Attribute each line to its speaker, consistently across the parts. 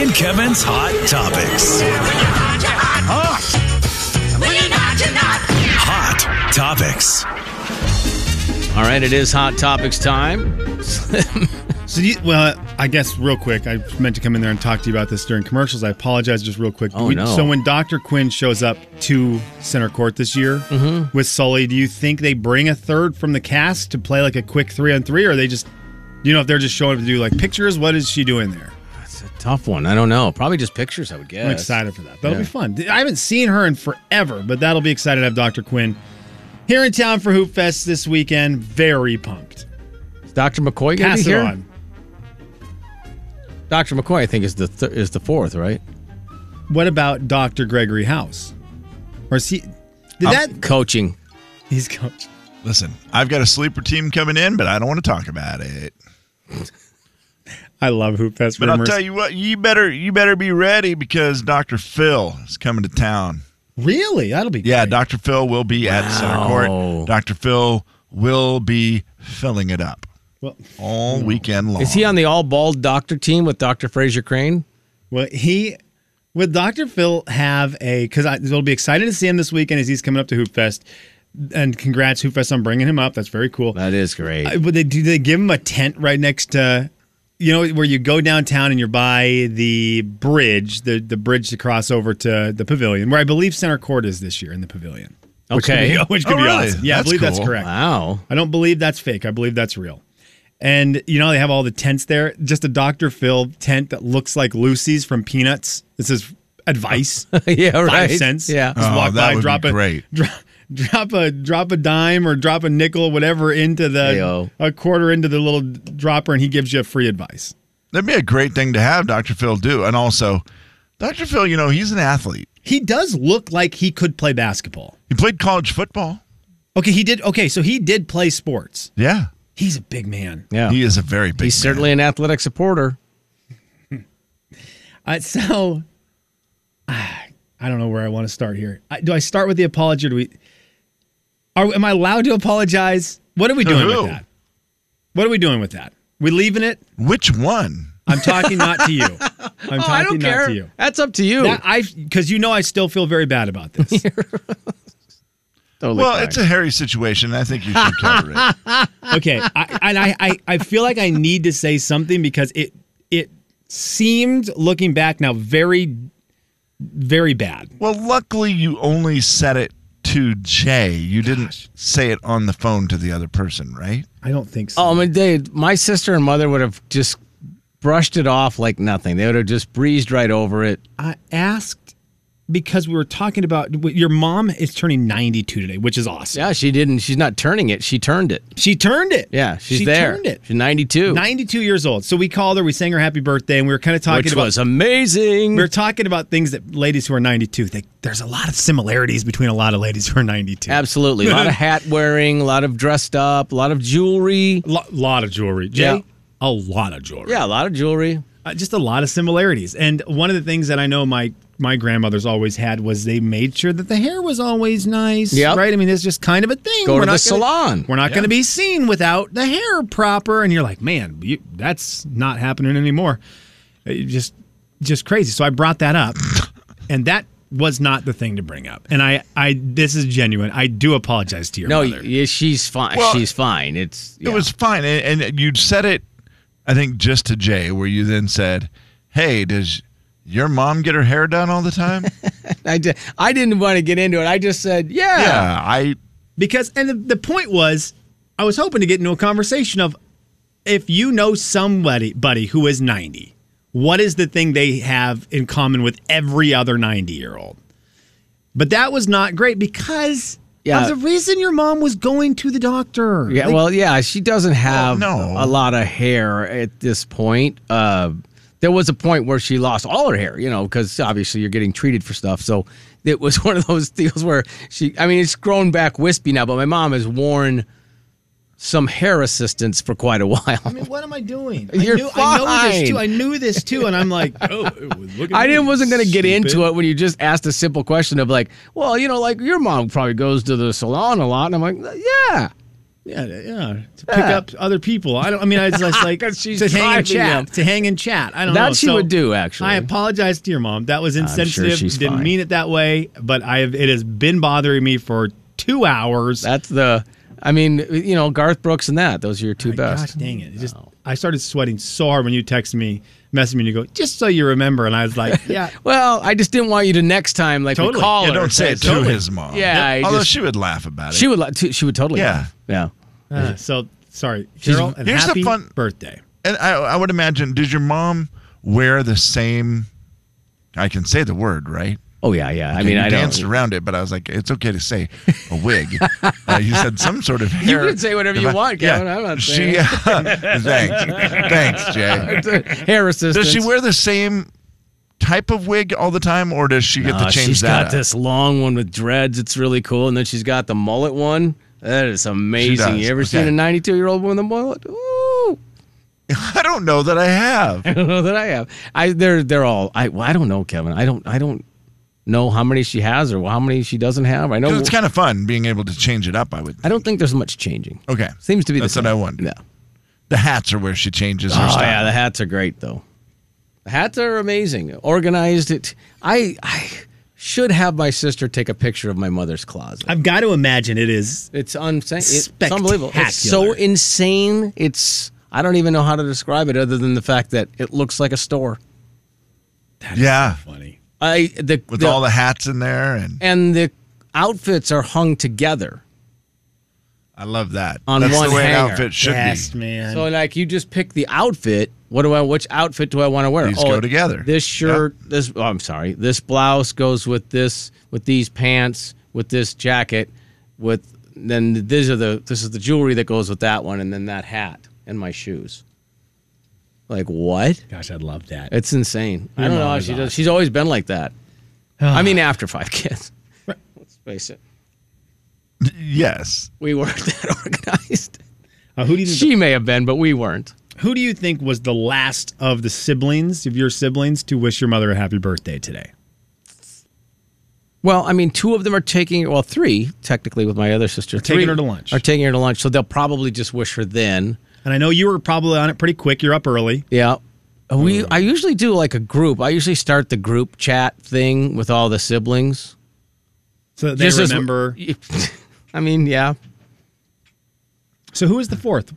Speaker 1: and Kevin's Hot Topics. Hot, hot Topics.
Speaker 2: All right, it is Hot Topics time. Slim.
Speaker 3: So, do you, well, I guess real quick, I meant to come in there and talk to you about this during commercials. I apologize, just real quick.
Speaker 2: Oh, no.
Speaker 3: So, when Dr. Quinn shows up to center court this year
Speaker 2: Mm-hmm.
Speaker 3: with Sully, do you think they bring a third from the cast to play like a quick three on three, or they just, you know, if they're just showing up to do like pictures, what is she doing there?
Speaker 2: It's a tough one. I don't know. Probably just pictures, I would guess.
Speaker 3: I'm excited for that. That'll be
Speaker 2: Yeah.
Speaker 3: fun. I haven't seen her in forever, but that'll be exciting to have Dr. Quinn here in town for Hoop Fest this weekend. Very pumped.
Speaker 2: Is Dr. McCoy going to be
Speaker 3: Pass it
Speaker 2: here?
Speaker 3: on.
Speaker 2: Dr. McCoy, I think, is the th- is the fourth, right?
Speaker 3: What about Dr. Gregory House? Or is he? Did
Speaker 4: Um,
Speaker 3: that?
Speaker 2: I'm coaching.
Speaker 3: He's coach.
Speaker 4: Listen, I've got a sleeper team coming in, but I don't want to talk about it.
Speaker 3: I love Hoop Fest
Speaker 4: But I'll
Speaker 3: rumors.
Speaker 4: tell you what, you better you better be ready because Dr. Phil is coming to town.
Speaker 3: really, that'll be
Speaker 4: Yeah,
Speaker 3: great.
Speaker 4: Dr. Phil will be at Center
Speaker 2: Wow.
Speaker 4: Court. Dr. Phil will be filling it up
Speaker 3: Well,
Speaker 4: all weekend long.
Speaker 2: Is he on the all bald doctor team with Dr. Fraser Crane?
Speaker 3: well, he would Dr. Phil have a because it'll be excited to see him this weekend as he's coming up to Hoop Fest. And congrats, Hoop Fest, on bringing him up. That's very cool.
Speaker 2: That is great.
Speaker 3: I- Would they do they give him a tent right next to you know where you go downtown and you're by the bridge, the the bridge to cross over to the pavilion, where I believe center court is this year in the pavilion. Which could
Speaker 2: Okay.
Speaker 3: be- which could
Speaker 4: Oh,
Speaker 3: be
Speaker 4: really?
Speaker 3: awesome. Yeah, I
Speaker 4: That's
Speaker 3: believe that's
Speaker 4: cool.
Speaker 3: correct.
Speaker 2: wow.
Speaker 3: I don't believe that's fake. I believe that's real. And you know they have all the tents there. Just a Dr. Phil tent that looks like Lucy's from Peanuts. This is advice.
Speaker 2: yeah, right.
Speaker 3: Five cents.
Speaker 2: Yeah.
Speaker 3: Just
Speaker 4: Oh,
Speaker 3: walk
Speaker 4: that
Speaker 3: by,
Speaker 4: would be
Speaker 3: drop a
Speaker 4: great.
Speaker 3: Drop, drop a drop a dime or drop a nickel, whatever, into the
Speaker 2: Ayo.
Speaker 3: a quarter into the little dropper, and he gives you free advice.
Speaker 4: That'd be a great thing to have Dr. Phil do. And also, Dr. Phil, you know, he's an athlete.
Speaker 3: He does look like he could play basketball.
Speaker 4: He played college football.
Speaker 3: Okay, he did. Okay, so he did play sports.
Speaker 4: Yeah.
Speaker 3: He's a big man.
Speaker 2: yeah.
Speaker 4: He is a very big
Speaker 2: He's
Speaker 4: man.
Speaker 2: certainly an athletic supporter.
Speaker 3: Uh, so ah, I don't know where I want to start here. I, do I start with the apology? Or do we? Are am I allowed to apologize? What are we
Speaker 4: To
Speaker 3: doing
Speaker 4: who?
Speaker 3: with that? What are we doing with that? We leaving it?
Speaker 4: Which one?
Speaker 3: I'm talking not to you. I'm talking
Speaker 2: Oh, I don't
Speaker 3: not
Speaker 2: care.
Speaker 3: to you.
Speaker 2: That's up to you.
Speaker 3: That I because you know I still feel very bad about this.
Speaker 2: totally
Speaker 4: Well,
Speaker 2: fine.
Speaker 4: it's a hairy situation. I think you should cover it.
Speaker 3: okay, I, and I, I I feel like I need to say something because it it seemed looking back now very very bad.
Speaker 4: Well, luckily, you only said it to Jay. You didn't say it on the phone to the other person, right?
Speaker 3: I don't think so.
Speaker 2: Oh, my dude, my sister and mother would have just brushed it off like nothing. They would have just breezed right over it.
Speaker 3: I asked because we were talking about your mom is turning 92 today, which is awesome.
Speaker 2: Yeah, she didn't. She's not turning it. She turned it.
Speaker 3: She turned it.
Speaker 2: Yeah, she's
Speaker 3: she
Speaker 2: there.
Speaker 3: turned it.
Speaker 2: She's 92,
Speaker 3: 92 years old. So we called her, we sang her happy birthday, and we were kind of talking
Speaker 2: which
Speaker 3: about
Speaker 2: was amazing.
Speaker 3: we were talking about things that ladies who are 92 they, there's a lot of similarities between a lot of ladies who are 92
Speaker 2: Absolutely. A lot of hat wearing, a lot of dressed up, a lot of jewelry.
Speaker 3: a lot, lot of jewelry jay
Speaker 2: Yeah.
Speaker 3: a lot of jewelry
Speaker 2: Yeah, a lot of jewelry.
Speaker 3: Uh, just a lot of similarities and one of the things that i know my my grandmothers always had was they made sure that the hair was always nice
Speaker 2: Yep.
Speaker 3: right i mean it's just kind of a thing
Speaker 2: Go to the
Speaker 3: not gonna-
Speaker 2: salon.
Speaker 3: we're not going to be seen without the hair proper and you're like man you, that's not happening anymore Uh, you just just crazy so i brought that up and that was not the thing to bring up and i i this is genuine i do apologize to your
Speaker 2: No,
Speaker 3: mother
Speaker 2: yeah, she's fine.
Speaker 4: Well,
Speaker 2: she's fine. It's yeah.
Speaker 4: It was fine. And, and you said it, I think, just to Jay, where you then said, Hey, does your mom get her hair done all the time?
Speaker 2: I, di- I didn't want to get into it. I just said, yeah.
Speaker 4: yeah, I.
Speaker 3: because and the, the point was i was hoping to get into a conversation of if you know somebody buddy who is 90 what is the thing they have in common with every other 90 year old but that was not great because
Speaker 2: Yeah.
Speaker 3: of the reason your mom was going to the doctor
Speaker 2: Yeah,
Speaker 3: Like,
Speaker 2: well, yeah, she doesn't have
Speaker 4: no.
Speaker 2: a lot of hair at this point. Uh, there was a point where she lost all her hair, you know, because obviously you're getting treated for stuff. So it was one of those deals where she, I mean, it's grown back wispy now, but my mom has worn some hair assistance for quite a
Speaker 3: I
Speaker 2: while.
Speaker 3: mean, what am I doing?
Speaker 2: You're
Speaker 3: I knew, I know this too.
Speaker 2: fine.
Speaker 3: I knew this too, and I'm like, oh, look at
Speaker 2: I
Speaker 3: me,
Speaker 2: didn't, wasn't going to get
Speaker 3: stupid.
Speaker 2: into it when you just asked a simple question of like, well, you know, like your mom probably goes to the salon a lot. And I'm like, yeah.
Speaker 3: Yeah, yeah. To pick up other people. I don't. I mean, I was just like
Speaker 2: 'Cause she's
Speaker 3: to hang
Speaker 2: driving
Speaker 3: and
Speaker 2: them.
Speaker 3: chat. To hang and chat. I don't know.
Speaker 2: That she
Speaker 3: So
Speaker 2: would do, actually.
Speaker 3: I apologize to your mom. That was insensitive.
Speaker 2: she's
Speaker 3: Didn't
Speaker 2: fine.
Speaker 3: mean it that way. But I have. It has been bothering me for two hours.
Speaker 2: That's the. I mean, you know, Garth Brooks and that. Those are your two
Speaker 3: Gosh,
Speaker 2: best.
Speaker 3: dang it! It Just I started sweating so hard when you texted me, messaged me, and you go, "Just so you remember," and I was like, "Yeah."
Speaker 2: Well, I just didn't want you to next time like we
Speaker 3: Totally.
Speaker 2: call
Speaker 4: Yeah,
Speaker 2: her.
Speaker 4: don't say it to
Speaker 3: Totally.
Speaker 4: his mom.
Speaker 2: Yeah, I
Speaker 4: Although
Speaker 2: just-
Speaker 4: she would laugh about it.
Speaker 2: She would. like to- She would totally.
Speaker 4: Yeah.
Speaker 2: laugh. Yeah.
Speaker 3: Uh, so sorry, Carol. And
Speaker 4: Here's the
Speaker 3: happy
Speaker 4: fun-
Speaker 3: birthday.
Speaker 4: and I, I would imagine, did your mom wear the same? I can say the word, right?
Speaker 2: Oh yeah, yeah. I
Speaker 4: Okay,
Speaker 2: mean,
Speaker 4: you
Speaker 2: I
Speaker 4: danced
Speaker 2: don't.
Speaker 4: around it, but I was like, it's okay to say a wig. uh, you said some sort of hair.
Speaker 2: can say whatever you want, Kevin. I'm not
Speaker 4: she, uh,
Speaker 2: saying.
Speaker 4: Thanks, thanks, Jay.
Speaker 2: Hair assistance.
Speaker 4: Does she wear the same type of wig all the time, or does she get
Speaker 2: Uh,
Speaker 4: to change
Speaker 2: she's
Speaker 4: that?
Speaker 2: got
Speaker 4: up?
Speaker 2: this long one with dreads. It's really cool, and then she's got the mullet one. That is amazing.
Speaker 4: does,
Speaker 2: You ever
Speaker 4: okay.
Speaker 2: seen a 92 year old with a mullet? Ooh.
Speaker 4: I don't know that I have.
Speaker 2: I don't know that I have. I they're they're all. I well, I don't know, Kevin. I don't I don't know how many she has or how many she doesn't have. I know.
Speaker 4: It's kind of fun being able to change it up. I would.
Speaker 2: I don't think there's much changing.
Speaker 4: Okay,
Speaker 2: Seems to be the
Speaker 4: That's what
Speaker 2: same.
Speaker 4: I wondered.
Speaker 2: Yeah.
Speaker 4: The hats are where she changes her
Speaker 2: Oh
Speaker 4: style.
Speaker 2: yeah, the hats are great though. The hats are amazing. Organized it. I I should have my sister take a picture of my mother's closet.
Speaker 3: I've got to imagine it is.
Speaker 2: It's insane. It's unbelievable. It's so
Speaker 3: Spectacular.
Speaker 2: insane. It's I don't even know how to describe it other than the fact that it looks like a store.
Speaker 4: Yeah,
Speaker 3: Funny.
Speaker 2: I the
Speaker 4: with all the hats in there, and
Speaker 2: and the outfits are hung together.
Speaker 4: I love that.
Speaker 2: On
Speaker 4: That's
Speaker 2: one
Speaker 4: the way an
Speaker 2: hanger.
Speaker 4: outfit should
Speaker 3: yes,
Speaker 4: be.
Speaker 3: man.
Speaker 2: So like you just pick the outfit. What do I? Which outfit do I want to wear? Oh,
Speaker 4: These go together.
Speaker 2: This shirt. This. Oh, I'm sorry. This blouse goes with this. With these pants. With this jacket. With then these are the. This is the jewelry that goes with that one, and then that hat and my shoes. Like what?
Speaker 3: Gosh, I love that.
Speaker 2: It's insane. I
Speaker 3: Your
Speaker 2: don't know
Speaker 3: mom
Speaker 2: how
Speaker 3: is
Speaker 2: she
Speaker 3: awesome.
Speaker 2: does. She's always been like that. I mean, after five kids.
Speaker 3: Right.
Speaker 2: Let's face it.
Speaker 4: Yes.
Speaker 2: We weren't that organized.
Speaker 3: Uh, who do you think
Speaker 2: She may have been, but we weren't.
Speaker 3: Who do you think was the last of the siblings, of your siblings, to wish your mother a happy birthday today?
Speaker 2: Well, I mean, two of them are taking, well, three technically with my other sister.
Speaker 3: taking
Speaker 2: Three
Speaker 3: her to lunch.
Speaker 2: Are taking her to lunch. So they'll probably just wish her then.
Speaker 3: And I know you were probably on it pretty quick. You're up early.
Speaker 2: Yeah.
Speaker 3: Hmm.
Speaker 2: We, I usually do like a group. I usually start the group chat thing with all the siblings.
Speaker 3: So that they
Speaker 2: Just as-
Speaker 3: remember.
Speaker 2: I mean, yeah.
Speaker 3: so who is the fourth?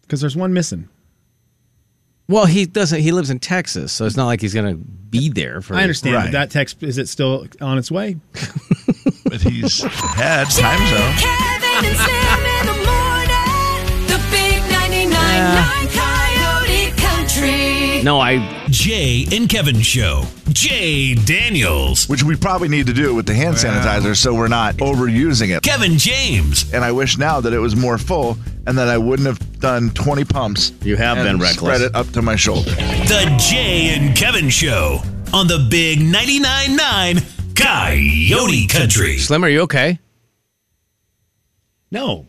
Speaker 3: Because there's one missing.
Speaker 2: Well, he doesn't, he lives in Texas. So it's not like he's going to be there for
Speaker 3: I understand. but
Speaker 4: Right.
Speaker 3: That text, is it still on its way?
Speaker 4: But he's had time zone.
Speaker 5: Kevin and Slim in the morning. The big 99.9 Coyote Country.
Speaker 2: No, I,
Speaker 1: Jay and Kevin Show. Jay Daniels.
Speaker 4: Which we probably need to do with the hand sanitizer so we're not overusing it.
Speaker 1: Kevin James.
Speaker 4: And I wish now that it was more full and that I wouldn't have done 20 pumps.
Speaker 2: You have
Speaker 4: and
Speaker 2: been reckless.
Speaker 4: Spread it up to my shoulder.
Speaker 1: The Jay and Kevin Show on the Big 99.9 9 Coyote Country.
Speaker 2: Slim, are you okay?
Speaker 3: No.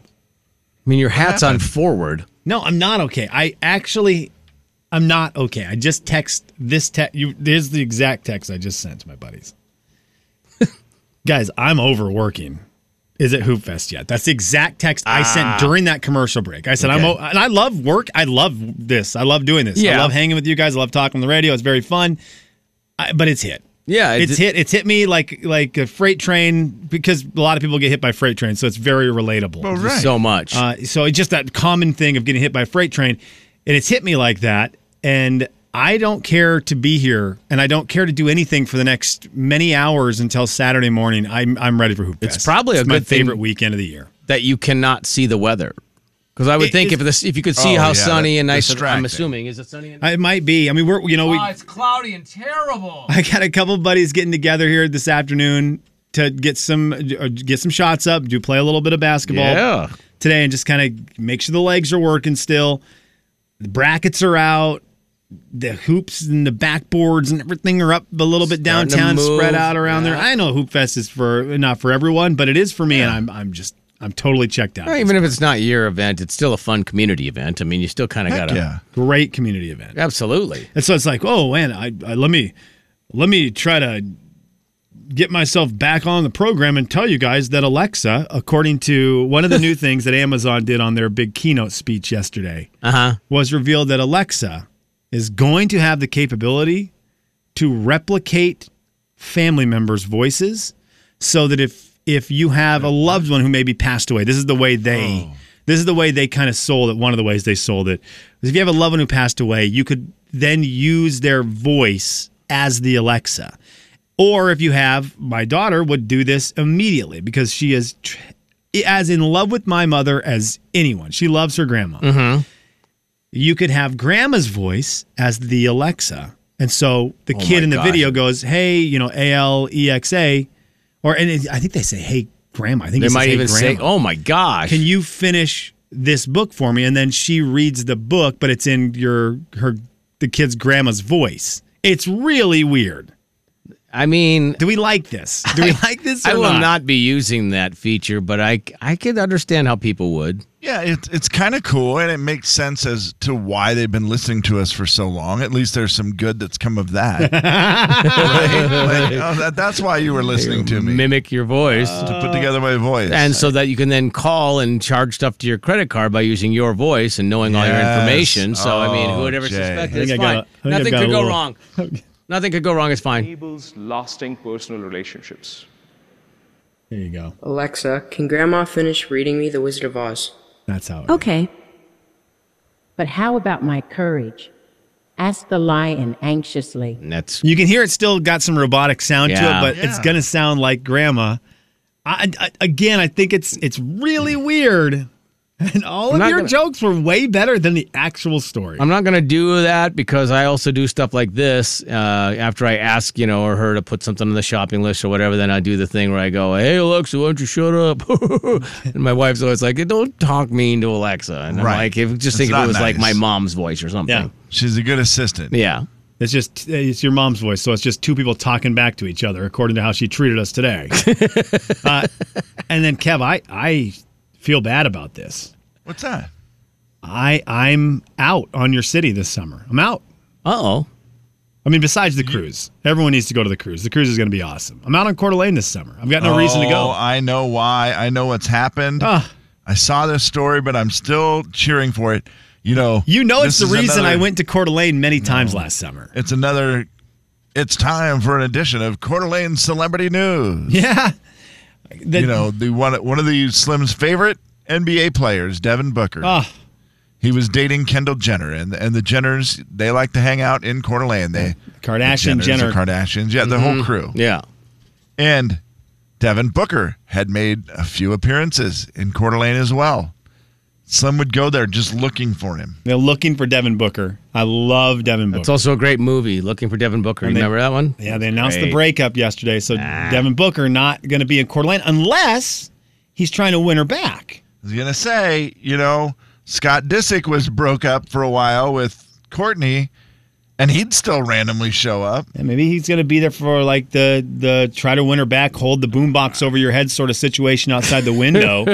Speaker 2: I mean, your hat's on forward.
Speaker 3: No, I'm not okay. I actually, I'm not okay. I just text this text. You there's the exact text I just sent to my buddies. Guys, I'm overworking. Is it Hoop Fest yet? That's the exact text I
Speaker 2: Ah.
Speaker 3: sent during that commercial break. I said I'm, o- and I love work. I love this. I love doing this. I
Speaker 2: Yeah.
Speaker 3: love hanging with you guys. I love talking on the radio. It's very fun. I, but it's hit.
Speaker 2: Yeah, it
Speaker 3: it's
Speaker 2: di-
Speaker 3: hit. It's hit me like like a freight train because a lot of people get hit by freight trains, so it's very relatable.
Speaker 4: All right.
Speaker 2: So much.
Speaker 3: Uh, so it's just that common thing of getting hit by a freight train, and it's hit me like that. And I don't care to be here, and I don't care to do anything for the next many hours until Saturday morning. I'm I'm ready for Hoop Fest.
Speaker 2: It's probably a
Speaker 3: my
Speaker 2: good thing-
Speaker 3: favorite weekend of the year.
Speaker 2: that you cannot see the weather. Because I would
Speaker 3: It
Speaker 2: think
Speaker 3: is-
Speaker 2: if this, if you could see
Speaker 4: Oh,
Speaker 2: how
Speaker 4: yeah,
Speaker 2: sunny
Speaker 4: that-
Speaker 2: and nice, it,
Speaker 4: distracting.
Speaker 2: I'm assuming is it sunny? And-
Speaker 3: I- It might be. I mean, we're you know we
Speaker 2: Oh, it's cloudy and terrible.
Speaker 3: I got a couple buddies getting together here this afternoon to get some uh, get some shots up, do play a little bit of basketball
Speaker 2: Yeah.
Speaker 3: today, and just kind of make sure the legs are working still. The brackets are out, the hoops and the backboards and everything are up a little bit
Speaker 2: Starting to
Speaker 3: downtown,
Speaker 2: move,
Speaker 3: spread out around there.
Speaker 2: yeah.
Speaker 3: I know Hoop Fest is for not for everyone, but it is for me, and I'm I'm just I'm totally checked out.
Speaker 2: Even if it's not your event, it's still a fun community event. I mean, you still kind of
Speaker 4: Heck
Speaker 2: gotta
Speaker 4: yeah.
Speaker 3: Great community event.
Speaker 2: absolutely.
Speaker 3: And so it's like, oh man, I, I let me let me try to get myself back on the program and tell you guys that Alexa, according to one of the new things that Amazon did on their big keynote speech yesterday,
Speaker 2: Uh-huh.
Speaker 3: was revealed that Alexa is going to have the capability to replicate family members' voices so that if if you have a loved one who maybe passed away, this is the way they
Speaker 2: Oh.
Speaker 3: this is the way they kind of sold it. One of the ways they sold it is if you have a loved one who passed away, you could then use their voice as the Alexa. Or if you have, my daughter would do this immediately because she is tr- as in love with my mother as anyone. She loves her grandma
Speaker 2: Mm-hmm.
Speaker 3: you could have grandma's voice as the Alexa. And so the
Speaker 2: Oh
Speaker 3: kid
Speaker 2: my
Speaker 3: in the
Speaker 2: gosh.
Speaker 3: video goes, hey, you know, A L E X A. Or, and it, I think they say, hey, grandma. I think
Speaker 2: They
Speaker 3: it says,
Speaker 2: might
Speaker 3: "Hey,
Speaker 2: even say,
Speaker 3: grandma,
Speaker 2: "Oh my gosh!"
Speaker 3: can you finish this book for me? And then she reads the book, but it's in your, her, the kid's grandma's voice. It's really weird.
Speaker 2: I mean,
Speaker 3: Do we like this? Do we like this? Or
Speaker 2: I will not. be using that feature, but I I could understand how people would.
Speaker 4: Yeah, it's it's kind of cool, and it makes sense as to why they've been listening to us for so long. At least there's some good that's come of that. Right? Like, oh, that- that's why you were listening to me
Speaker 2: Mimic your voice,
Speaker 4: to put together my voice.
Speaker 2: and so that you can then call and charge stuff to your credit card by using your voice and knowing all your
Speaker 4: Yes.
Speaker 2: information. So I mean, who would ever
Speaker 4: Oh, Jay.
Speaker 2: suspect
Speaker 4: I
Speaker 3: think
Speaker 2: it's
Speaker 3: I
Speaker 2: fine?
Speaker 3: got- I think I've
Speaker 2: Nothing
Speaker 3: got
Speaker 2: could
Speaker 3: a
Speaker 2: go
Speaker 3: little-
Speaker 2: wrong. Nothing could go wrong. It's fine.
Speaker 6: enables lasting personal relationships.
Speaker 3: There you go.
Speaker 7: Alexa, can Grandma finish reading me The Wizard of Oz?
Speaker 3: That's how it
Speaker 8: Okay.
Speaker 9: But how about my courage? asked the lion anxiously.
Speaker 2: And that's
Speaker 3: You can hear it still got some robotic sound to
Speaker 2: Yeah.
Speaker 3: it, but it's
Speaker 4: Yeah.
Speaker 3: gonna sound like grandma. I, I, again, I think it's it's really weird, and all of
Speaker 2: not
Speaker 3: your
Speaker 2: gonna-
Speaker 3: jokes were way better than the actual story.
Speaker 2: I'm not going to do that because I also do stuff like this. Uh, after I ask, you know, or her to put something on the shopping list or whatever, then I do the thing where I go, "Hey Alexa, why don't you shut up?" and my wife's always like, "Don't talk mean to Alexa." And I'm
Speaker 4: Right.
Speaker 2: like, "If just think if
Speaker 4: It's
Speaker 2: it
Speaker 4: not
Speaker 2: was like my
Speaker 4: nice.
Speaker 2: mom's voice or
Speaker 3: yeah,
Speaker 2: something."
Speaker 4: she's a good assistant.
Speaker 2: Yeah.
Speaker 3: it's just it's your mom's voice, so it's just two people talking back to each other according to how she treated us today. uh, and then Kev, I I feel bad about this.
Speaker 4: What's that?
Speaker 3: I I'm out on your city this summer. I'm out.
Speaker 2: Uh oh.
Speaker 3: I mean, besides the cruise, everyone needs to go to the cruise. The cruise is going to be awesome. I'm out on Coeur d'Alene this summer. I've got no reason to go.
Speaker 4: Oh, I know why. I know what's happened.
Speaker 3: Ah.
Speaker 4: I saw this story, but I'm still cheering for it. You know,
Speaker 3: You know, it's
Speaker 4: this
Speaker 3: the
Speaker 4: is
Speaker 3: reason I
Speaker 4: another-
Speaker 3: went to Coeur d'Alene many times last summer.
Speaker 4: It's another. It's time for an edition of Coeur d'Alene Celebrity News.
Speaker 3: Yeah.
Speaker 4: You know, the one one of the Slim's favorite NBA players, Devin Booker.
Speaker 3: Ah.
Speaker 4: He was dating Kendall Jenner, and and the Jenners they like to hang out in Coeur d'Alene. They
Speaker 3: Kardashian,
Speaker 4: the Jenners are
Speaker 3: Jenner. Mm-hmm.
Speaker 4: Kardashians, yeah, the whole crew.
Speaker 2: Yeah.
Speaker 4: And Devin Booker had made a few appearances in Coeur d'Alene as well. Slim would go there just looking for him.
Speaker 3: They're looking for Devin Booker. I love Devin Booker.
Speaker 2: It's also a great movie. Looking for Devin Booker.
Speaker 3: they-
Speaker 2: Remember that one?
Speaker 3: yeah, they announced the
Speaker 2: Great.
Speaker 3: breakup yesterday, so
Speaker 4: Ah.
Speaker 3: Devin Booker not going to be in Coeur d'Alene unless he's trying to win her back.
Speaker 4: I was gonna say, you know, Scott Disick was broke up for a while with Courtney, and he'd still randomly show up.
Speaker 3: And maybe he's going to be there for like the the try to win her back, hold the
Speaker 4: Ah.
Speaker 3: boombox over your head sort of situation outside the window.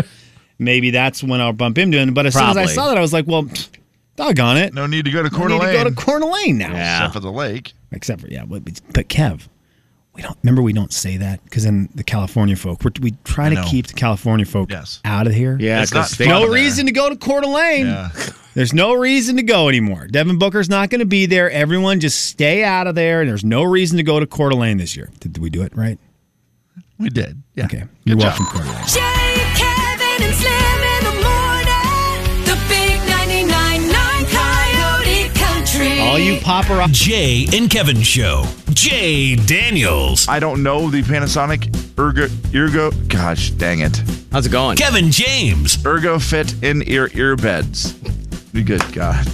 Speaker 3: maybe that's when I'll bump into him. But as soon as I
Speaker 2: Probably.
Speaker 3: saw that, I was like, well, pfft, doggone it.
Speaker 4: No need to go to
Speaker 3: I
Speaker 4: Coeur
Speaker 3: need to
Speaker 4: d'Alene.
Speaker 3: go to Coeur d'Alene now.
Speaker 4: except for the lake.
Speaker 3: except for yeah, but, but Kev, we don't remember we don't say that because then the California folk we're, we try to
Speaker 4: know.
Speaker 3: keep the California folk
Speaker 4: Yes.
Speaker 3: out of here.
Speaker 2: Yeah.
Speaker 4: It's not
Speaker 2: 'cause they-
Speaker 4: fun
Speaker 3: no
Speaker 4: there.
Speaker 3: reason to go to Coeur d'Alene.
Speaker 4: Yeah.
Speaker 3: There's no reason to go anymore. Devin Booker's not going to be there. Everyone just stay out of there. And there's no reason to go to Coeur d'Alene this year. Did, did we do it right?
Speaker 4: We did. Yeah.
Speaker 3: Okay. You're
Speaker 4: job.
Speaker 3: welcome, Coeur d'Alene.
Speaker 5: Jay, Kevin, and Slim in the morning. The big 99.9 Coyote Country.
Speaker 3: All you paparazzi.
Speaker 1: Jay and Kevin Show. Jay Daniels.
Speaker 4: I don't know the Panasonic Ergo Ergo gosh dang it.
Speaker 2: How's it going?
Speaker 1: Kevin James.
Speaker 4: Ergo Fit in ear earbuds. Good God.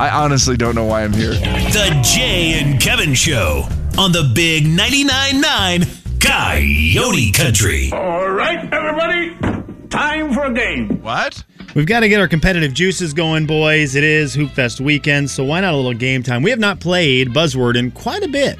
Speaker 4: I honestly don't know why I'm here.
Speaker 1: The Jay and Kevin Show on the big 99.9 Coyote Country.
Speaker 10: All right, everybody, time for a game.
Speaker 4: What?
Speaker 3: We've got to get our competitive juices going, boys. It is Hoop Fest weekend, so why not a little game time? We have not played Buzzword in quite a bit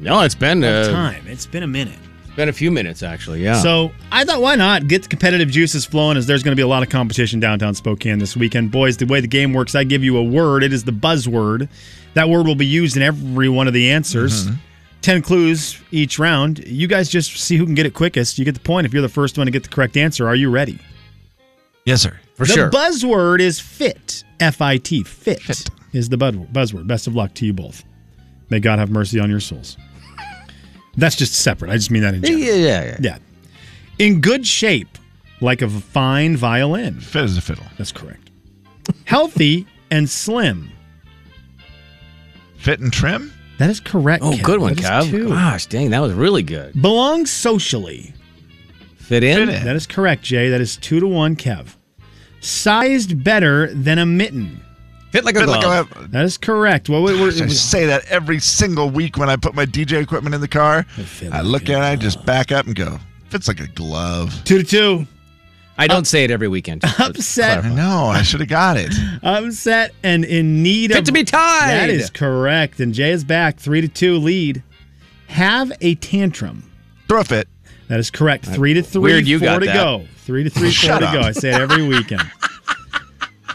Speaker 2: No, it's been
Speaker 3: of
Speaker 2: uh,
Speaker 3: time. It's been a minute.
Speaker 2: it's been a few minutes actually. Yeah.
Speaker 3: So I thought, why not get the competitive juices flowing as there's going to be a lot of competition downtown Spokane this weekend. Boys, the way the game works,
Speaker 2: Mm-hmm.
Speaker 3: I give you a word. It is the buzzword. That word will be used in every one of the answers. 10 clues each round. You guys just see who can get it quickest. You get the point if you're the first one to get the correct answer. Are you ready?
Speaker 4: Yes, sir.
Speaker 2: for
Speaker 3: the
Speaker 2: sure.
Speaker 3: buzzword is fit. F I T. Fit is the bud- buzzword. Best of luck to you both. May God have mercy on your souls. That's just separate. I just mean that in
Speaker 2: yeah,
Speaker 3: general.
Speaker 2: yeah, yeah.
Speaker 3: Yeah. In good shape, like a fine violin.
Speaker 4: Fit as a fiddle.
Speaker 3: That's correct. Healthy and slim.
Speaker 4: Fit and trim.
Speaker 3: That is correct.
Speaker 2: Oh,
Speaker 3: Kev.
Speaker 2: good one,
Speaker 3: That is
Speaker 2: Kev.
Speaker 3: two.
Speaker 2: Gosh, dang, that was really good.
Speaker 3: Belongs socially.
Speaker 2: Fit in?
Speaker 4: Fit in.
Speaker 3: That is correct, Jay. That is two to one, Kev. Sized better than a mitten.
Speaker 2: Fit like a
Speaker 4: Fit
Speaker 2: glove.
Speaker 4: like a.
Speaker 3: That is correct. Well, we
Speaker 4: I say that every single week when I put my DJ equipment in the car.
Speaker 3: fit
Speaker 4: I
Speaker 3: like
Speaker 4: look
Speaker 3: a
Speaker 4: at it, I just back up and go. Fits like a glove.
Speaker 3: two to two.
Speaker 2: I don't say it every weekend. just to
Speaker 3: Upset.
Speaker 4: I
Speaker 2: clarify.
Speaker 4: know. I should have got it.
Speaker 3: Upset and in need
Speaker 2: Fit
Speaker 3: of.
Speaker 2: to be tied.
Speaker 3: That is correct. And Jay is back. Three to two lead. Have a tantrum.
Speaker 4: Throw a fit.
Speaker 3: That is correct. Three to three.
Speaker 2: Weird you
Speaker 3: four
Speaker 2: got
Speaker 3: to
Speaker 2: that.
Speaker 3: go. Three to three. four
Speaker 4: Shut
Speaker 3: to
Speaker 4: up.
Speaker 3: go. I say it every weekend.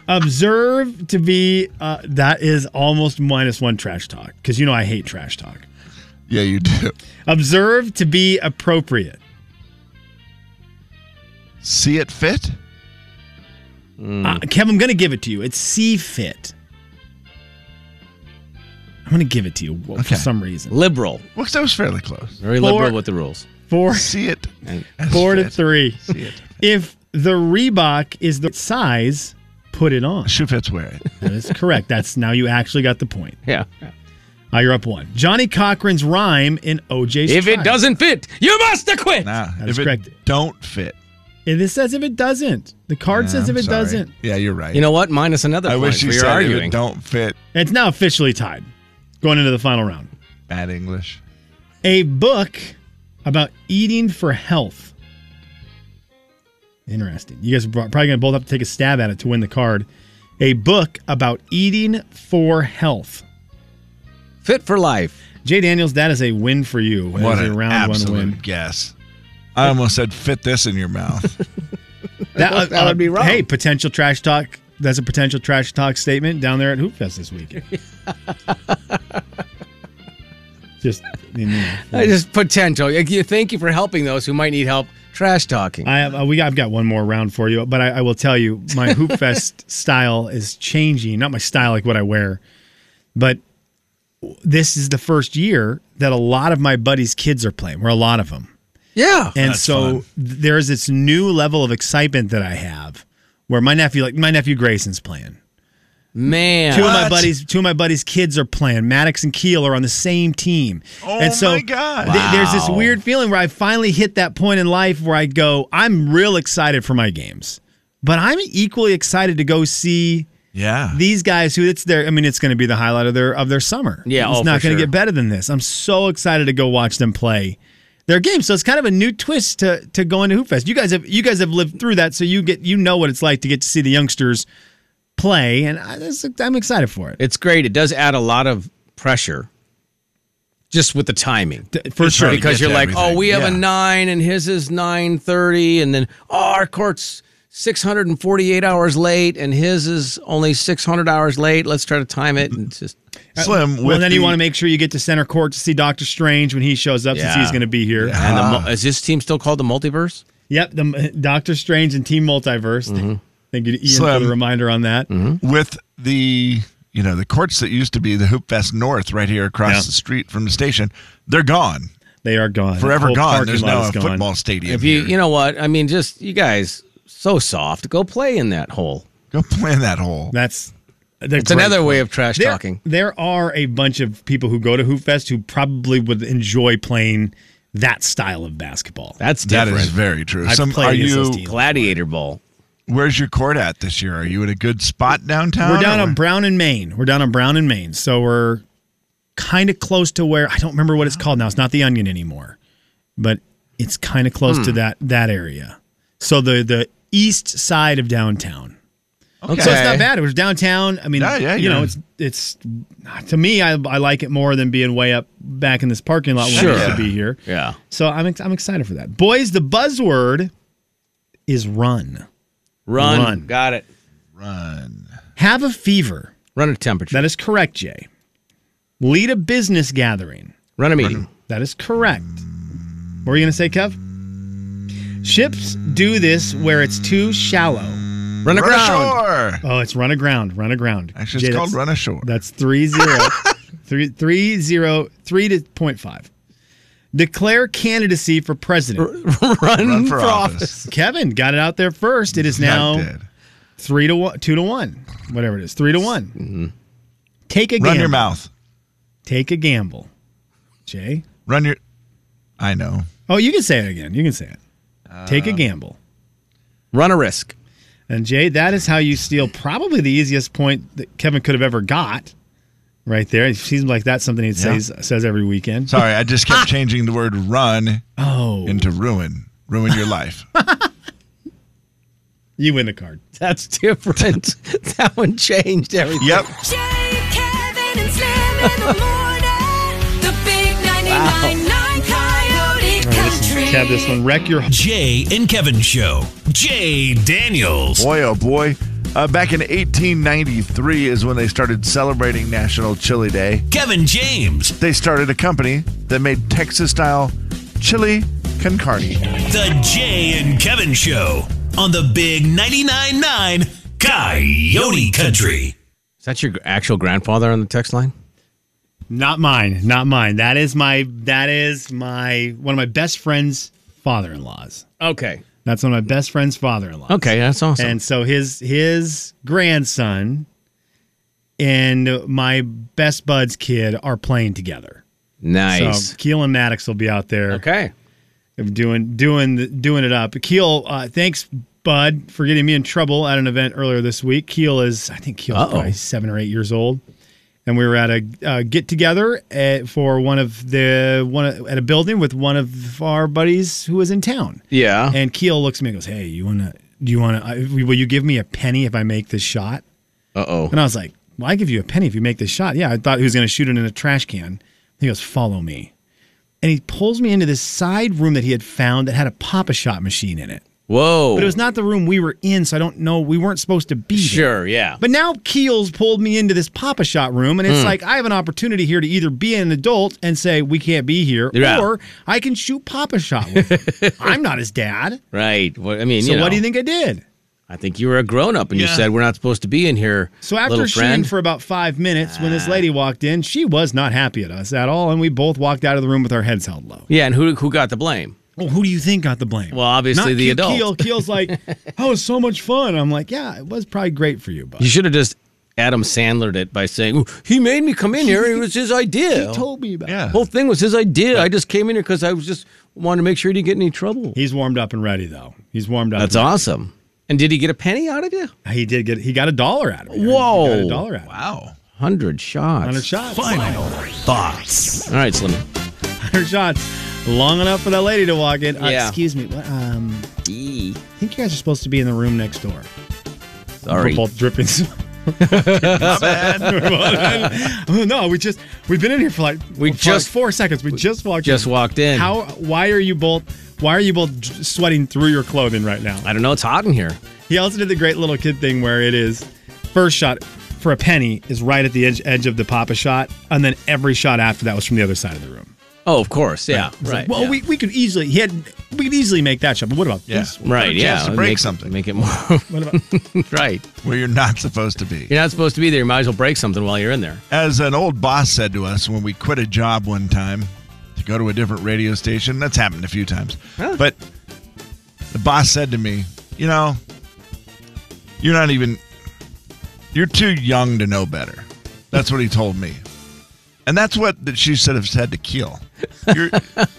Speaker 3: Observe to be. Uh, that is almost minus one trash talk because you know I hate trash talk.
Speaker 4: Yeah, you do.
Speaker 3: Observe to be appropriate.
Speaker 4: See it fit.
Speaker 3: Uh, Kev, I'm going to give it to you. It's C fit. I'm going to give it to you well, for
Speaker 4: Okay.
Speaker 3: some reason.
Speaker 2: liberal.
Speaker 4: Well, 'cause that was fairly close.
Speaker 2: Very
Speaker 3: Four.
Speaker 2: liberal with the rules.
Speaker 3: Four,
Speaker 4: See it. as
Speaker 3: four to
Speaker 4: fit.
Speaker 3: three.
Speaker 4: See it.
Speaker 3: If the Reebok is the size, put it on.
Speaker 4: Shoe fits wear it.
Speaker 3: That is correct. That's now you actually got the point.
Speaker 2: Yeah.
Speaker 3: Uh, you're up one. Johnny Cochran's rhyme in OJ's.
Speaker 2: If it
Speaker 3: Tribe.
Speaker 2: doesn't fit, you must acquit.
Speaker 4: Nah,
Speaker 3: That is
Speaker 4: if it
Speaker 3: correct.
Speaker 4: don't fit.
Speaker 3: And this says if it doesn't. The card
Speaker 4: Nah,
Speaker 3: says if
Speaker 4: I'm
Speaker 3: it
Speaker 4: sorry.
Speaker 3: doesn't.
Speaker 4: Yeah, you're right.
Speaker 2: You know what? Minus another
Speaker 4: I
Speaker 2: point
Speaker 4: wish you
Speaker 2: for your
Speaker 4: said
Speaker 2: arguing.
Speaker 4: if it don't fit.
Speaker 3: It's now officially tied. Going into the final round.
Speaker 4: Bad English.
Speaker 3: A book about eating for health. Interesting. You guys are probably going to both have to take a stab at it to win the card. A book about eating for health.
Speaker 2: Fit for life.
Speaker 3: Jay Daniels, that is a win for you. That
Speaker 4: What
Speaker 3: is
Speaker 4: an
Speaker 3: a round one
Speaker 4: absolute
Speaker 3: win.
Speaker 4: guess. I almost said fit this in your mouth.
Speaker 3: That, uh,
Speaker 2: that would be wrong.
Speaker 3: Hey, potential trash talk. That's a potential trash talk statement down there at Hoop Fest this weekend. Just, you know,
Speaker 2: Uh, Just potential. Like, you- Thank you for helping those who might need help trash talking.
Speaker 3: I have uh, we I've got one more round for you, but I, I will tell you my hoop fest style is changing. Not my style, like what I wear, but this is the first year that a lot of my buddies' kids are playing. We're a lot of them,
Speaker 2: yeah.
Speaker 3: and
Speaker 4: That's
Speaker 3: so
Speaker 4: fun.
Speaker 3: th- there's this new level of excitement that I have, where my nephew, like my nephew Grayson's playing.
Speaker 2: Man.
Speaker 3: Two of my
Speaker 4: What?
Speaker 3: buddies, two of my buddies' kids are playing. Maddox and Keel are on the same team.
Speaker 4: Oh
Speaker 3: and so
Speaker 4: my God.
Speaker 3: th- there's this
Speaker 2: Wow.
Speaker 3: weird feeling where I finally hit that point in life where I go, I'm real excited for my games, but I'm equally excited to go see
Speaker 4: yeah.
Speaker 3: these guys who it's their. I mean, it's going to be the highlight of their of their summer.
Speaker 2: Yeah,
Speaker 3: it's
Speaker 2: oh,
Speaker 3: not
Speaker 2: for
Speaker 3: going to
Speaker 2: sure.
Speaker 3: get better than this. I'm so excited to go watch them play their game. So it's kind of a new twist to to go into Hoop Fest. You guys have you guys have lived through that, so you get you know what it's like to get to see the youngsters play, and I, that's, I'm excited for it.
Speaker 2: It's great. It does add a lot of pressure just with the timing.
Speaker 3: for
Speaker 4: sure.
Speaker 2: Because
Speaker 4: to
Speaker 2: you're
Speaker 4: get to
Speaker 2: like, oh,
Speaker 4: everything.
Speaker 2: we have a
Speaker 4: Yeah.
Speaker 2: nine and his is 930. And then oh, our court's 648 hours late and his is only 600 hours late. Let's try to time it. And it's just,
Speaker 4: Slim.
Speaker 3: Well,
Speaker 4: with
Speaker 3: then you
Speaker 4: the-
Speaker 3: want to make sure you get to center court to see Doctor Strange when he shows up, since
Speaker 2: Yeah.
Speaker 3: he's going to be here.
Speaker 2: and
Speaker 4: Ah.
Speaker 2: the, mul- is this team still called the multiverse?
Speaker 3: Yep, the uh, Doctor Strange and Team Multiverse.
Speaker 2: Mm-hmm.
Speaker 3: Thank you, to Ian, for
Speaker 4: Slim.
Speaker 3: the reminder on that.
Speaker 4: with the you know the courts that used to be the Hoop Fest North right here across
Speaker 3: Yeah.
Speaker 4: the street from the station. They're gone.
Speaker 3: They are gone,
Speaker 4: Forever
Speaker 3: Whole
Speaker 4: gone.
Speaker 3: parking
Speaker 4: There's
Speaker 3: lot
Speaker 4: now
Speaker 3: is
Speaker 4: a
Speaker 3: gone.
Speaker 4: football stadium.
Speaker 2: If you,
Speaker 4: here.
Speaker 2: you know what? I mean, just you guys, so soft. Go play in that hole.
Speaker 4: go play in that hole.
Speaker 3: That's
Speaker 2: It's another way of trash talking.
Speaker 3: There are a bunch of people who go to Hoop Fest who probably would enjoy playing that style of basketball.
Speaker 2: That's
Speaker 4: That
Speaker 2: different.
Speaker 4: is very true.
Speaker 3: I've
Speaker 4: Some
Speaker 3: played
Speaker 4: are
Speaker 3: against those
Speaker 4: you?
Speaker 3: teams.
Speaker 2: Gladiator Bowl.
Speaker 4: Where's your court at this year? Are you in a good spot downtown?
Speaker 3: We're down
Speaker 4: or-
Speaker 3: on Brown and Maine. We're down on Brown and Maine. So we're kind of close to where I don't remember what it's called now. It's not the Onion anymore, but it's kind of close to that that area. So the the east side of downtown.
Speaker 2: Okay.
Speaker 3: So it's not bad. It was downtown. I mean,
Speaker 4: Yeah, yeah,
Speaker 3: you
Speaker 4: you're-
Speaker 3: know, it's it's to me, I, I like it more than being way up back in this parking lot when I used
Speaker 2: Sure.
Speaker 3: to be here.
Speaker 2: Yeah.
Speaker 3: So I'm ex- I'm excited for that. Boys, the buzzword is run.
Speaker 2: Run.
Speaker 3: Run.
Speaker 2: Got it.
Speaker 4: Run.
Speaker 3: Have a fever.
Speaker 2: Run a temperature.
Speaker 3: That is correct, Jay. Lead a business gathering.
Speaker 2: Run a meeting.
Speaker 3: That is correct. What were you going to say, Kev? Ships do this where it's too shallow.
Speaker 2: Run
Speaker 4: Run
Speaker 2: aground.
Speaker 4: ashore.
Speaker 3: Oh, it's run aground, run aground.
Speaker 4: Actually, it's
Speaker 3: Jay,
Speaker 4: called
Speaker 3: that's-
Speaker 4: run ashore.
Speaker 3: That's three zero, three three zero three to point five. Declare candidacy for president.
Speaker 2: Run,
Speaker 4: Run
Speaker 2: for,
Speaker 4: for
Speaker 2: office.
Speaker 4: office.
Speaker 3: Kevin got it out there first. It is
Speaker 4: I
Speaker 3: now
Speaker 4: did.
Speaker 3: three to one, two to one, whatever it is, three to one. Take a
Speaker 4: Mm-hmm. Run
Speaker 3: gamble.
Speaker 4: your mouth.
Speaker 3: Take a gamble, Jay.
Speaker 4: Run your. I know.
Speaker 3: Oh, you can say it again. You can say it. Take a gamble.
Speaker 2: Run a risk.
Speaker 3: And Jay, that is how you steal probably the easiest point that Kevin could have ever got. Right there. It seems like that's something he says says every weekend.
Speaker 4: Sorry, I just kept changing the word run
Speaker 3: Oh,
Speaker 4: into ruin. Ruin your life.
Speaker 3: you win the card.
Speaker 2: That's different. that one changed everything.
Speaker 4: yep.
Speaker 5: Jay, Kevin, and Slim in the morning. The big 99.9 Coyote Country.
Speaker 3: Kev, this one wreck your
Speaker 1: Jay and Kevin Show. Jay Daniels.
Speaker 4: Boy, oh boy. Uh, back in 1893 is when they started celebrating National Chili Day.
Speaker 1: Kevin James.
Speaker 4: They started a company that made Texas style chili con carne.
Speaker 1: The Jay and Kevin Show on the big 99.9 Coyote Country.
Speaker 2: Is that your actual grandfather on the text line?
Speaker 3: Not mine, not mine. That is my that is my one of my best friend's father-in-laws.
Speaker 2: Okay.
Speaker 3: That's one of my best friend's father-in-laws.
Speaker 2: Okay, that's awesome.
Speaker 3: And so his his grandson and my best bud's kid are playing together.
Speaker 2: nice.
Speaker 3: So Um, Keel and Maddox will be out there
Speaker 2: okay.
Speaker 3: doing doing the- doing it up. Keel, uh, thanks bud for getting me in trouble at an event earlier this week. Keel is I think Keel's
Speaker 2: Uh-oh.
Speaker 3: probably 7 or 8 years old. And we were at a uh, get together at, for one of the one of- at a building with one of our buddies who was in town.
Speaker 2: Yeah.
Speaker 3: And Keel looks at me and goes, "Hey, you want to do you want to will you give me a penny if I make this shot?"
Speaker 2: Uh oh.
Speaker 3: And I was like, Well, I give you a penny if you make this shot. Yeah, I thought he was going to shoot it in a trash can. He goes, Follow me. And he pulls me into this side room that he had found that had a Papa Shot machine in it.
Speaker 2: Whoa.
Speaker 3: But it was not the room we were in, so I don't know. We weren't supposed to be there.
Speaker 2: Sure, yeah.
Speaker 3: But now Keels pulled me into this Papa Shot room,
Speaker 2: Hmm.
Speaker 3: and it's like I have an opportunity here to either be an adult and say we can't be here,
Speaker 2: Yeah.
Speaker 3: or I can shoot Papa Shot. With him. I'm not his dad,
Speaker 2: right. Well, I mean,
Speaker 3: so
Speaker 2: you know,
Speaker 3: what do you think I did?
Speaker 2: I think you were a grown up and you
Speaker 4: Yeah.
Speaker 2: said we're not supposed to be in here.
Speaker 3: So after
Speaker 2: little
Speaker 3: shooting
Speaker 2: friend. Ah.
Speaker 3: for about five minutes, when this lady walked in, she was not happy at us at all, and we both walked out of the room with our heads held low.
Speaker 2: yeah, and who who got the blame?
Speaker 3: Well, who do you think got the blame?
Speaker 2: Well, obviously
Speaker 3: Not
Speaker 2: the
Speaker 3: Ke-
Speaker 2: adult.
Speaker 3: Keel, Keel's like, "That was so much fun." I'm like, "Yeah, it was probably great for you, but
Speaker 2: You should have just Adam Sandlered it by saying "Ooh, he made me come in here. It was his idea.
Speaker 3: he told me about." it.
Speaker 4: Yeah.
Speaker 2: whole thing was his idea. I just came in here because I was just wanted to make sure he didn't get in any trouble.
Speaker 3: He's warmed up and ready though. He's warmed up.
Speaker 2: That's
Speaker 3: and-
Speaker 2: awesome. And did he get a penny out of you?
Speaker 3: He did get. He got a dollar out of it.
Speaker 2: Whoa.
Speaker 3: He got a dollar out. Wow.
Speaker 4: Wow.
Speaker 2: Hundred shots.
Speaker 3: Hundred shots.
Speaker 1: Final thoughts.
Speaker 2: All right, Slim.
Speaker 3: Hundred shots. Long enough for that lady to walk in. Uh,
Speaker 2: Yeah.
Speaker 3: excuse me. What, um,
Speaker 2: Eee,
Speaker 3: I think you guys are supposed to be in the room next door.
Speaker 2: Sorry.
Speaker 3: We're both dripping. no, we just we've been in here for like
Speaker 2: We
Speaker 3: for
Speaker 2: just-
Speaker 3: like four seconds. We just walked.
Speaker 2: Just
Speaker 3: in.
Speaker 2: walked in.
Speaker 3: How? Why are you both? Why are you both j- sweating through your clothing right now?
Speaker 2: I don't know. It's hot in here.
Speaker 3: He also did the great little kid thing where it is first shot for a penny is right at the edge edge of the Papa shot, and then every shot after that was from the other side of the room.
Speaker 2: Oh, of course. Yeah. Right.
Speaker 3: It's like, well,
Speaker 2: yeah.
Speaker 3: we, we could easily he had we could easily make that shot, but what about
Speaker 4: Yeah.
Speaker 3: this? one?
Speaker 2: Right,
Speaker 4: Chance
Speaker 2: yeah.
Speaker 4: to break
Speaker 2: make,
Speaker 4: something.
Speaker 2: Make it more.
Speaker 3: What about
Speaker 2: right.
Speaker 4: Where you're not supposed to be.
Speaker 2: You're not supposed to be there. You might as well break something while you're in there.
Speaker 4: As an old boss said to us when we quit a job one time to go to a different radio station, that's happened a few times. But the boss said to me, You know, you're not even, you're too young to know better. That's what he told me. And that's what that she should have said to Keel. You're,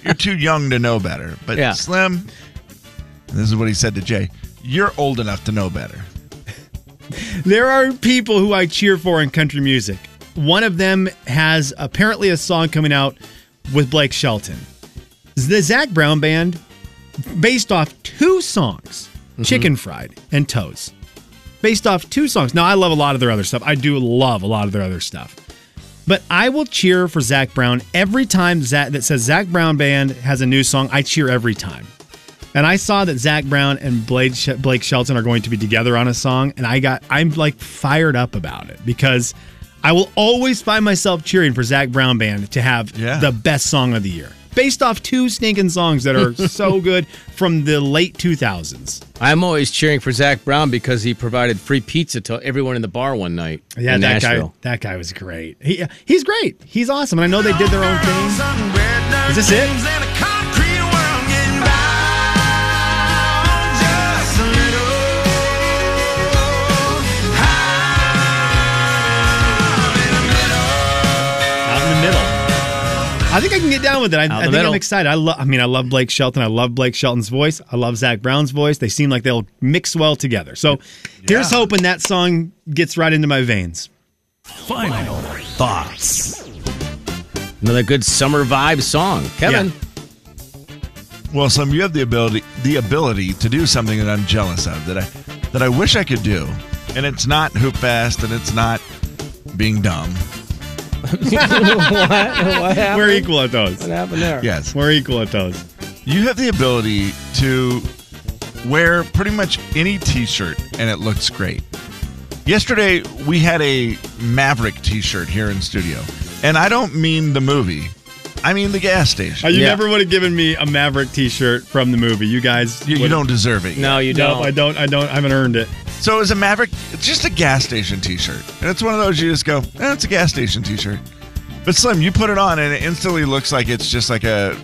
Speaker 4: you're too young to know better. But
Speaker 2: Yeah.
Speaker 4: Slim, and this is what he said to Jay, you're old enough to know better.
Speaker 3: There are people who I cheer for in country music. One of them has apparently a song coming out with Blake Shelton. The Zach Brown Band, based off two songs Chicken Fried and Toes. Based off two songs. Now, I love a lot of their other stuff. I do love a lot of their other stuff. But I will cheer for Zach Brown every time Zach, that says Zach Brown Band has a new song. I cheer every time. And I saw that Zach Brown and Blade Sh- Blake Shelton are going to be together on a song, and I got I'm like fired up about it because I will always find myself cheering for Zach Brown Band to have
Speaker 4: Yeah.
Speaker 3: the best song of the year, based off two stinking songs that are so good from the late 2000s.
Speaker 2: I'm always cheering for Zach Brown because he provided free pizza to everyone in the bar one night
Speaker 3: Yeah,
Speaker 2: in
Speaker 3: that
Speaker 2: Nashville.
Speaker 3: guy. That guy was great. He he's great. He's awesome. And I know they did their own thing. Is this it? Out in the middle. I think I can get down with it. I, I
Speaker 2: the
Speaker 3: think
Speaker 2: middle.
Speaker 3: I'm excited. I love. I mean, I love Blake Shelton. I love Blake Shelton's voice. I love Zach Brown's voice. They seem like they'll mix well together. So, here's hoping that song gets right into my veins.
Speaker 1: Final thoughts.
Speaker 2: Another good summer vibe song. Kevin.
Speaker 3: Yeah.
Speaker 4: Well, Sam, you have the ability the ability to do something that I'm jealous of that I that I wish I could do, and it's not hoop fast, and it's not being dumb.
Speaker 3: We're equal at those.
Speaker 2: happened there?
Speaker 4: Yes,
Speaker 3: We're equal at those.
Speaker 4: you have the ability to wear pretty much any T-shirt, and it looks great. Yesterday we had a Maverick T-shirt here in studio, and I don't mean the movie, I mean the gas
Speaker 3: Uh,
Speaker 4: station.
Speaker 3: You
Speaker 2: Yeah.
Speaker 3: never would have given me a Maverick T-shirt from the movie. You guys,
Speaker 4: You, you
Speaker 3: would-
Speaker 4: don't deserve it.
Speaker 2: No, you
Speaker 3: No,
Speaker 2: don't.
Speaker 3: I don't. I don't. I haven't earned it.
Speaker 4: So it was a Maverick, it's just a gas station t shirt. And it's one of those you just go, eh, it's a gas station t shirt. But Slim, you put it on and it instantly looks like it's just like a,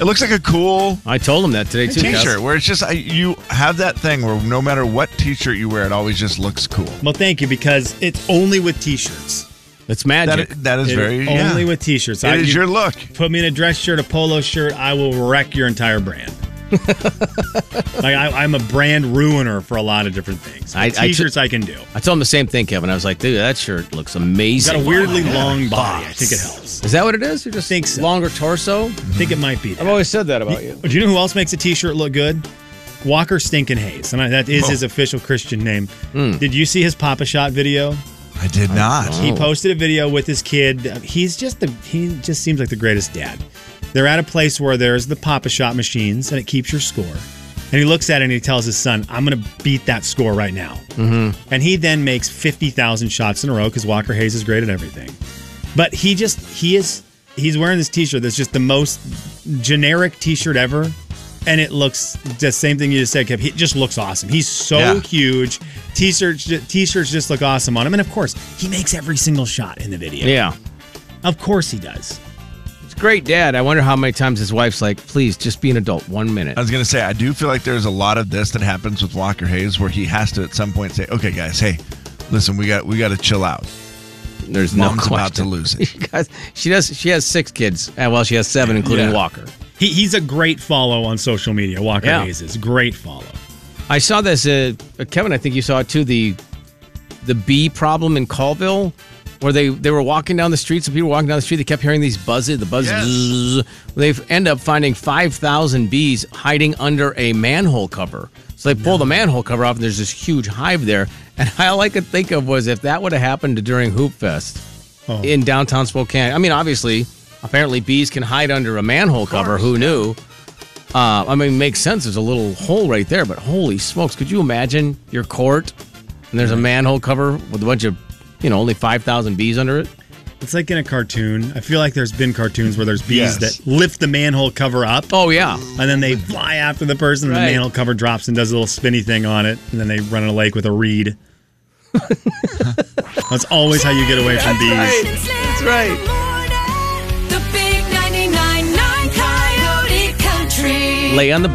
Speaker 4: it looks like a cool
Speaker 2: I told him that today too.
Speaker 4: t
Speaker 2: Kev.
Speaker 4: shirt where it's just, I- you have that thing where no matter what t shirt you wear, it always just looks cool.
Speaker 3: Well, thank you because it's only with T-shirts.
Speaker 2: It's magic.
Speaker 4: That, that is
Speaker 3: It-
Speaker 4: very,
Speaker 3: only
Speaker 4: yeah.
Speaker 3: with T-shirts. I-
Speaker 4: it is
Speaker 3: you-
Speaker 4: your look.
Speaker 3: put me in a dress shirt, a polo shirt, I will wreck your entire brand. like I, I'm a brand ruiner for a lot of different things.
Speaker 2: I- I
Speaker 3: But
Speaker 2: took-
Speaker 3: T-shirts I, can do.
Speaker 2: I told him the same thing, Kevin. I was like, dude, that shirt looks amazing.
Speaker 3: Got a weirdly long body. I think it helps.
Speaker 2: Is that what it is? You're just
Speaker 3: Think so.
Speaker 2: longer torso?
Speaker 3: I think it might be. That.
Speaker 2: always said that about you.
Speaker 3: Do you know who else makes a T-shirt look good? Walker Stinkin' Hayes, and I, that
Speaker 4: Oh.
Speaker 3: is his official Christian name.
Speaker 4: Hmm.
Speaker 3: Did you see his Papa Shot video?
Speaker 4: I did not.
Speaker 3: He posted a video with his kid. He's just the he just seems like the greatest dad. They're at a place where there's the Papa Shot machines and it keeps your score. And he looks at it and he tells his son, "I'm gonna beat that score right now." Mm-hmm. And he then makes fifty thousand shots in a row because Walker Hayes is great at everything. But he just he is he's wearing this T-shirt that's just the most generic T-shirt ever, and it looks the same thing you just said, Kev. He just looks awesome. He's so
Speaker 4: Yeah.
Speaker 3: huge. T-shirts T-shirts just look awesome on him, and of course he makes every single shot in the video.
Speaker 2: Yeah.
Speaker 3: Of course he does.
Speaker 2: It's great, Dad. I wonder how many times his wife's like, please just be an adult one minute.
Speaker 4: I was going to say, I do feel like there's a lot of this that happens with Walker Hayes where he has to at some point say, okay, guys, hey, listen, we got, we got to chill out.
Speaker 2: There's no
Speaker 4: Mom's about to
Speaker 2: question.
Speaker 4: lose it.
Speaker 2: Guys, she does. She has six kids. Uh, Well, she has seven, including
Speaker 4: Yeah.
Speaker 2: Walker.
Speaker 3: He, he's a great follow on social media. Walker
Speaker 2: Yeah.
Speaker 3: Hayes is great follow.
Speaker 2: I saw this, uh, Kevin. I think you saw it too. The the bee problem in Colville, where they they were walking down the street. Some people were walking down the street. They kept hearing these buzzes. The buzz.
Speaker 4: Yes.
Speaker 2: zzzz. They end up finding five thousand bees hiding under a manhole cover. So they pull the manhole cover off, and there's this huge hive there. And all I could think of was if that would have happened during Hoop Fest in downtown Spokane. I mean, obviously, apparently bees can hide under a manhole cover. Who knew? Uh, I mean, it makes sense. There's a little hole right there, but holy smokes, could you imagine your court and there's a manhole cover with a bunch of, you know, only 5,000 bees under it?
Speaker 3: It's like in a cartoon. I feel like there's been cartoons where there's bees
Speaker 4: Yes.
Speaker 3: that lift the manhole cover up.
Speaker 2: Oh, yeah.
Speaker 3: and then they fly after the person, and
Speaker 2: Right.
Speaker 3: the manhole cover drops and does a little spinny thing on it, and then they run in a lake with a reed. That's always how you get away from bees.
Speaker 5: That's right. The big 99.9 Coyote Country.
Speaker 2: Lay on the